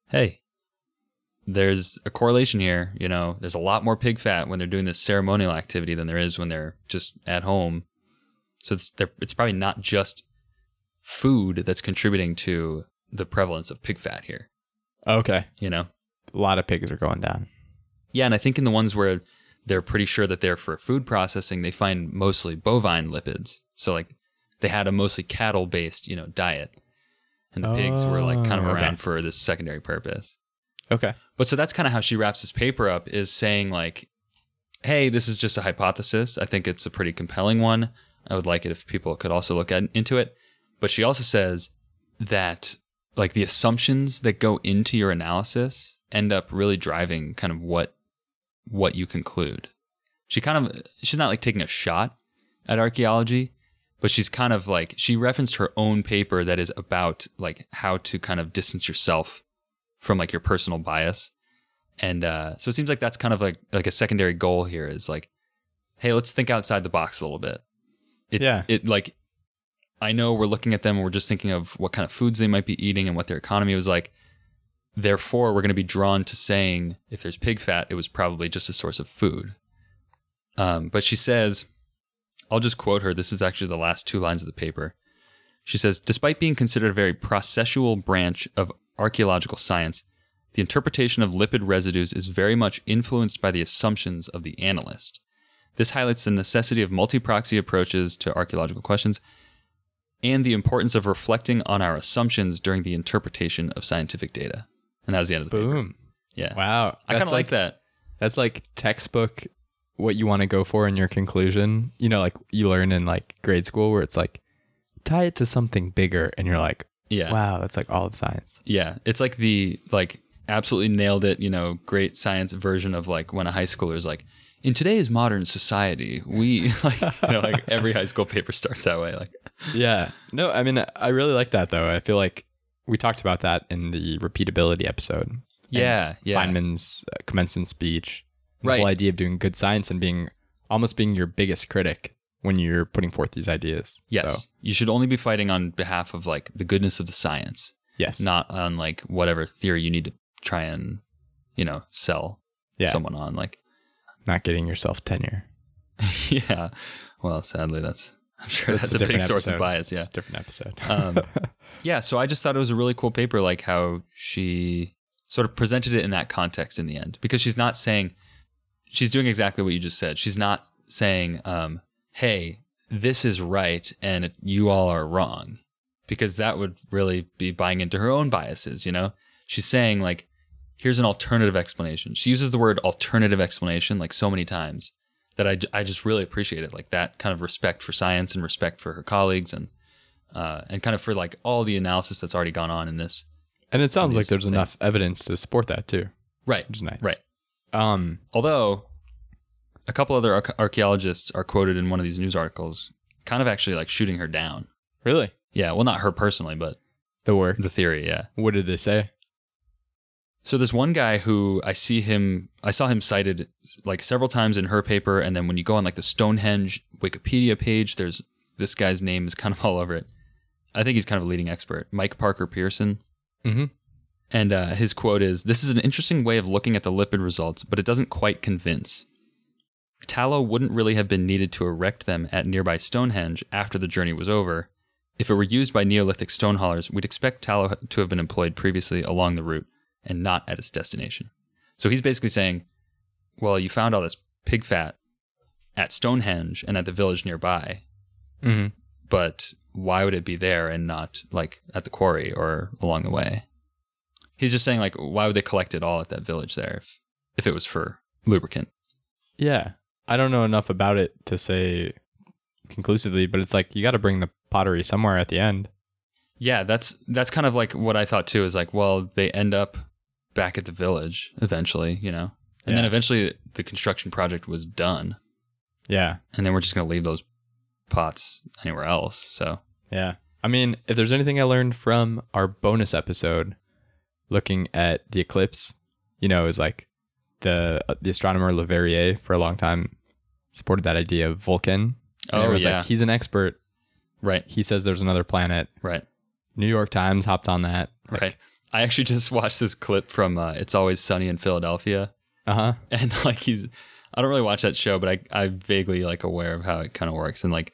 [SPEAKER 1] hey, there's a correlation here. You know, there's a lot more pig fat when they're doing this ceremonial activity than there is when they're just at home. So it's they're- it's probably not just food that's contributing to the prevalence of pig fat here.
[SPEAKER 2] okay.
[SPEAKER 1] You know,
[SPEAKER 2] A lot of pigs are going down.
[SPEAKER 1] yeah, and I think in the ones where they're pretty sure that they're for food processing, they find mostly bovine lipids. So like they had a mostly cattle based, you know, diet. And the pigs were like kind of
[SPEAKER 2] Oh, okay.
[SPEAKER 1] around for this secondary purpose.
[SPEAKER 2] Okay.
[SPEAKER 1] But so that's kind of how she wraps this paper up is saying like, hey, this is just a hypothesis. I think it's a pretty compelling one. I would like it if people could also look at, into it. But she also says that like the assumptions that go into your analysis end up really driving kind of what what you conclude. She kind of she's not like taking a shot at archaeology, but she's kind of like she referenced her own paper that is about like how to kind of distance yourself from like your personal bias. And uh, so it seems like that's kind of like like a secondary goal here is like, hey, let's think outside the box a little bit. It,
[SPEAKER 2] Yeah.
[SPEAKER 1] It like, I know we're looking at them. and We're just thinking of what kind of foods they might be eating and what their economy was like. Therefore, we're going to be drawn to saying if there's pig fat, it was probably just a source of food. Um, but she says, I'll just quote her. This is actually the last two lines of the paper. She says, despite being considered a very processual branch of archaeological science, the interpretation of lipid residues is very much influenced by the assumptions of the analyst. This highlights the necessity of multi proxy approaches to archaeological questions and the importance of reflecting on our assumptions during the interpretation of scientific data. And that was the end of the paper.
[SPEAKER 2] Boom.
[SPEAKER 1] Yeah.
[SPEAKER 2] Wow.
[SPEAKER 1] I kind of like that.
[SPEAKER 2] That's like textbook what you want to go for in your conclusion. You know, like you learn in like grade school where it's like tie it to something bigger and you're like,
[SPEAKER 1] Yeah.
[SPEAKER 2] wow, that's like all of science.
[SPEAKER 1] Yeah, it's like the like absolutely nailed it, you know, great science version of like when a high schooler's like, in today's modern society, we like you know, like every high school paper starts that way. Like
[SPEAKER 2] Yeah. No, I mean I really like that though. I feel like we talked about that in the repeatability episode. And
[SPEAKER 1] Yeah, yeah.
[SPEAKER 2] Feynman's uh, commencement speech. and
[SPEAKER 1] Right.
[SPEAKER 2] The whole idea of doing good science and being almost being your biggest critic when you're putting forth these ideas.
[SPEAKER 1] yes.
[SPEAKER 2] So,
[SPEAKER 1] You should only be fighting on behalf of like the goodness of the science,
[SPEAKER 2] yes.
[SPEAKER 1] not on like whatever theory you need to try and you know, sell
[SPEAKER 2] Yeah.
[SPEAKER 1] someone on. Like,
[SPEAKER 2] Not getting yourself tenure.
[SPEAKER 1] yeah. Well, sadly, that's I'm sure that's,
[SPEAKER 2] That's a
[SPEAKER 1] a, big
[SPEAKER 2] different
[SPEAKER 1] source of
[SPEAKER 2] episode.
[SPEAKER 1] bias. Yeah.
[SPEAKER 2] It's a different episode.
[SPEAKER 1] Um, yeah. So I just thought it was a really cool paper, like how she sort of presented it in that context in the end, because she's not saying she's doing exactly what you just said. She's not saying, um, "Hey, this is right and you all are wrong," because that would really be buying into her own biases. You know, she's saying like, "Here's an alternative explanation." She uses the word alternative explanation like so many times that I, I just really appreciate it. Like that kind of respect for science and respect for her colleagues and uh, and kind of for like all the analysis that's already gone on in this.
[SPEAKER 2] and it sounds like
[SPEAKER 1] these
[SPEAKER 2] there's enough evidence to support that too,
[SPEAKER 1] Right.
[SPEAKER 2] which is nice.
[SPEAKER 1] Right.
[SPEAKER 2] Um,
[SPEAKER 1] Although a couple other arch- archaeologists are quoted in one of these news articles, kind of actually like shooting her down.
[SPEAKER 2] really?
[SPEAKER 1] Yeah. Well, not her personally, but
[SPEAKER 2] The work.
[SPEAKER 1] the theory. Yeah.
[SPEAKER 2] What did they say?
[SPEAKER 1] So this one guy who I see him, I saw him cited like several times in her paper, and then when you go on like the Stonehenge Wikipedia page, there's this guy's name is kind of all over it. I think he's kind of a leading expert, Mike Parker Pearson.
[SPEAKER 2] Mm-hmm.
[SPEAKER 1] And uh, his quote is This is an interesting way of looking at the lipid results, but it doesn't quite convince. Tallow wouldn't really have been needed to erect them at nearby Stonehenge after the journey was over. If it were used by Neolithic stone haulers, we'd expect tallow to have been employed previously along the route and not at its destination. So he's basically saying, Well, you found all this pig fat at Stonehenge and at the village nearby,
[SPEAKER 2] Mm-hmm.
[SPEAKER 1] but why would it be there and not like at the quarry or along the way? He's just saying like, why would they collect it all at that village there if, if it was for lubricant?
[SPEAKER 2] Yeah. I don't know enough about it to say conclusively, but it's like you got to bring the pottery somewhere at the end.
[SPEAKER 1] Yeah, that's that's kind of like what I thought too. Is like, well, they end up back at the village eventually, you know, and then
[SPEAKER 2] Yeah.
[SPEAKER 1] eventually the construction project was done,
[SPEAKER 2] Yeah.
[SPEAKER 1] and then we're just gonna leave those pots anywhere else. So
[SPEAKER 2] Yeah. I mean, if there's anything I learned from our bonus episode looking at the eclipse, you know, is like the uh, the astronomer Leverrier for a long time supported that idea of Vulcan.
[SPEAKER 1] Oh,
[SPEAKER 2] everyone's
[SPEAKER 1] yeah.
[SPEAKER 2] like he's an expert.
[SPEAKER 1] right,
[SPEAKER 2] He says there's another planet.
[SPEAKER 1] right.
[SPEAKER 2] New York Times hopped on that. Like,
[SPEAKER 1] right. I actually just watched this clip from uh, "It's Always Sunny in Philadelphia."
[SPEAKER 2] Uh-huh.
[SPEAKER 1] and like he's i don't really watch that show but i i'm vaguely like aware of how it kind of works and like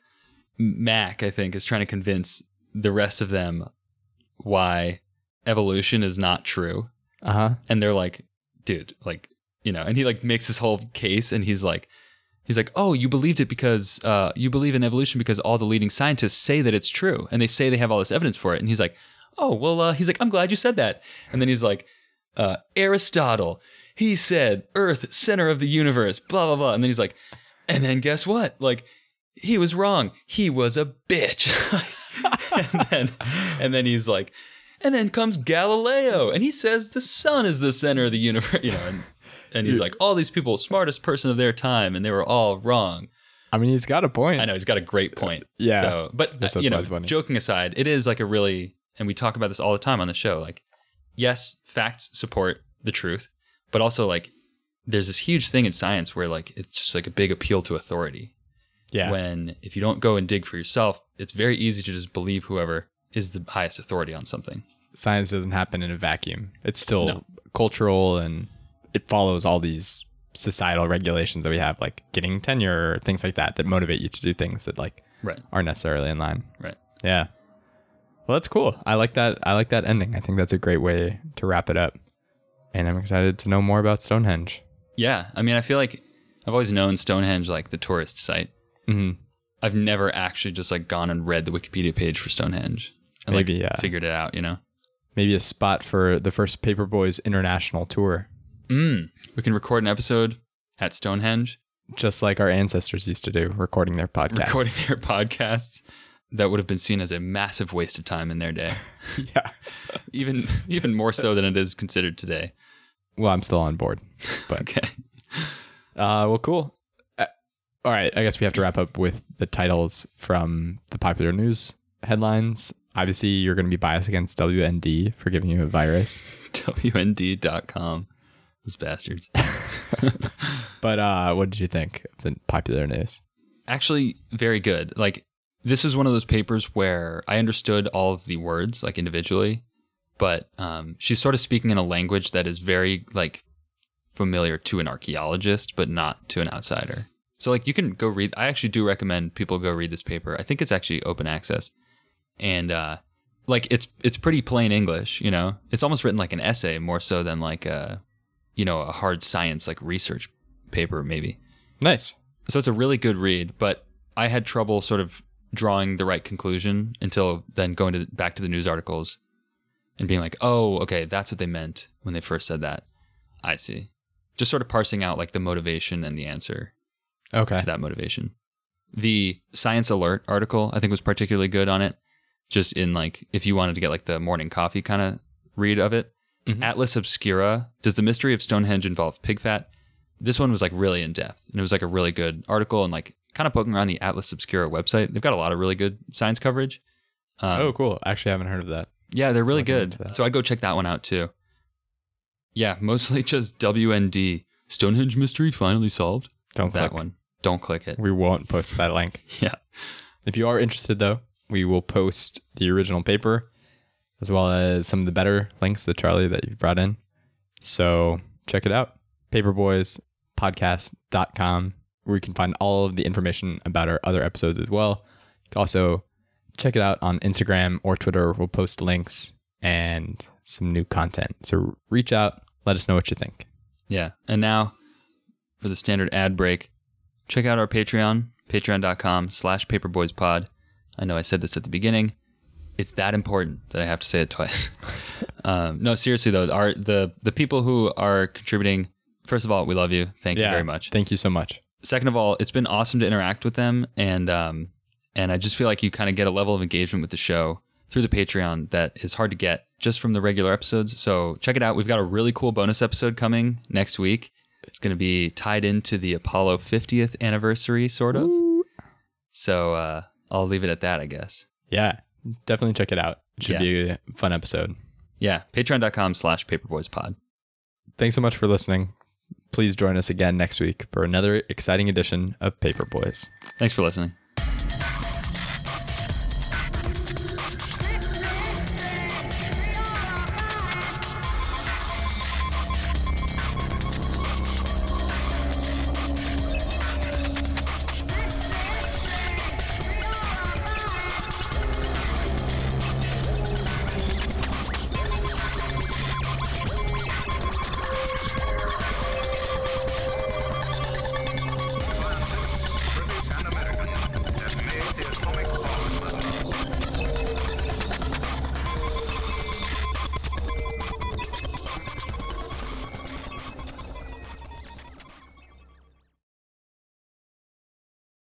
[SPEAKER 1] mac i think is trying to convince the rest of them why evolution is not true
[SPEAKER 2] Uh-huh.
[SPEAKER 1] and they're like dude like you know and he like makes this whole case and he's like he's like oh you believed it because uh you believe in evolution because all the leading scientists say that it's true and they say they have all this evidence for it and he's like oh well uh, he's like i'm glad you said that and then he's like uh aristotle he said earth center of the universe blah blah blah and then he's like and then guess what like he was wrong he was a bitch and then and then he's like and then comes Galileo, and he says the sun is the center of the universe. You know, and, and he's like, all these people, smartest person of their time, and they were all wrong.
[SPEAKER 2] I mean, he's got a point.
[SPEAKER 1] I know he's got a great point.
[SPEAKER 2] Yeah.
[SPEAKER 1] So, but
[SPEAKER 2] That's-
[SPEAKER 1] uh,
[SPEAKER 2] that's
[SPEAKER 1] you
[SPEAKER 2] why
[SPEAKER 1] know,
[SPEAKER 2] it's funny.
[SPEAKER 1] joking aside, it is like a really, and we talk about this all the time on the show. Like, yes, facts support the truth, but also like, there's this huge thing in science where like it's just like a big appeal to authority.
[SPEAKER 2] Yeah.
[SPEAKER 1] When if you don't go and dig for yourself, it's very easy to just believe whoever is the highest authority on something.
[SPEAKER 2] Science doesn't happen in a vacuum. It's still
[SPEAKER 1] No.
[SPEAKER 2] cultural and it follows all these societal regulations that we have, like getting tenure or things like that that motivate you to do things that like
[SPEAKER 1] Right.
[SPEAKER 2] aren't necessarily in line.
[SPEAKER 1] Right.
[SPEAKER 2] Yeah. Well, that's cool. I like that. I like that ending. I think that's a great way to wrap it up. And I'm excited to know more about Stonehenge.
[SPEAKER 1] Yeah, I mean, I feel like I've always known Stonehenge like the tourist site.
[SPEAKER 2] Mhm.
[SPEAKER 1] I've never actually just like gone and read the Wikipedia page for Stonehenge and
[SPEAKER 2] Maybe, uh,
[SPEAKER 1] like
[SPEAKER 2] yeah.
[SPEAKER 1] figured it out. You know,
[SPEAKER 2] Maybe a spot for the first Paperboys international tour,
[SPEAKER 1] mm, we can record an episode at Stonehenge,
[SPEAKER 2] just like our ancestors used to do, recording their podcasts.
[SPEAKER 1] recording their podcasts. That would have been seen as a massive waste of time in their day,
[SPEAKER 2] yeah.
[SPEAKER 1] even even more so than it is considered today.
[SPEAKER 2] Well, I'm still on board. But
[SPEAKER 1] Okay,
[SPEAKER 2] Uh, well, cool. Uh, all right, I guess we have to wrap up with the titles from the popular news headlines. Obviously, you're going to be biased against WND for giving you a virus,
[SPEAKER 1] WND.com, those bastards.
[SPEAKER 2] but uh, what did you think of the popular news?
[SPEAKER 1] actually very good. Like this was one of those papers where I understood all of the words like individually, but um, she's sort of speaking in a language that is very like familiar to an archaeologist, but not to an outsider. So like you can go read. I actually do recommend people go read this paper. I think it's actually open access, and uh, like it's it's pretty plain English. You know, it's almost written like an essay more so than like a you know a hard science like research paper maybe.
[SPEAKER 2] Nice.
[SPEAKER 1] So it's a really good read, but I had trouble sort of drawing the right conclusion until then going to back to the news articles and being like, "Oh, okay, that's what they meant when they first said that." I see. Just sort of parsing out like the motivation and the answer
[SPEAKER 2] Okay.
[SPEAKER 1] to that motivation. The Science Alert article I think was particularly good on it. Just in like if you wanted to get like the morning coffee kind of read of it.
[SPEAKER 2] Mhm.
[SPEAKER 1] Atlas Obscura, does the mystery of Stonehenge involve pig fat? This one was like really in depth and it was like a really good article and like kind of poking around the Atlas Obscura website. They've got a lot of really good science coverage. Um,
[SPEAKER 2] oh, cool. Actually, I haven't heard of that.
[SPEAKER 1] yeah, they're really
[SPEAKER 2] Looking
[SPEAKER 1] good.
[SPEAKER 2] into that.
[SPEAKER 1] So I'd go check that one out too. Yeah, mostly just WND. Stonehenge mystery finally solved.
[SPEAKER 2] Don't
[SPEAKER 1] that
[SPEAKER 2] click.
[SPEAKER 1] one. Don't click it.
[SPEAKER 2] We won't post that link.
[SPEAKER 1] Yeah.
[SPEAKER 2] If you are interested, though, we will post the original paper as well as some of the better links that Charlie that you brought in. So check it out. Paperboyspodcast.com, where you can find all of the information about our other episodes as well. You can Also, check it out on Instagram or Twitter. We'll post links and some new content. So reach out, let us know what you think.
[SPEAKER 1] Yeah. And now for the standard ad break, check out our Patreon, patreon.com slash paperboyspod. I know I said this at the beginning. It's that important that I have to say it twice. um, no, seriously though, our the the people who are contributing, first of all, we love you. Thank you very much.
[SPEAKER 2] Thank you so much.
[SPEAKER 1] second of all, it's been awesome to interact with them, and um, and I just feel like you kind of get a level of engagement with the show through the Patreon that is hard to get just from the regular episodes. So check it out. We've got a really cool bonus episode coming next week. It's going to be tied into the Apollo 50th anniversary, sort of. So uh, I'll leave it at that, I guess.
[SPEAKER 2] Yeah, definitely check it out. It should
[SPEAKER 1] Yeah.
[SPEAKER 2] be a fun episode.
[SPEAKER 1] Yeah, patreon.com slash paperboyspod.
[SPEAKER 2] Thanks so much for listening. Please join us again next week for another exciting edition of Paper Boys.
[SPEAKER 1] Thanks for listening.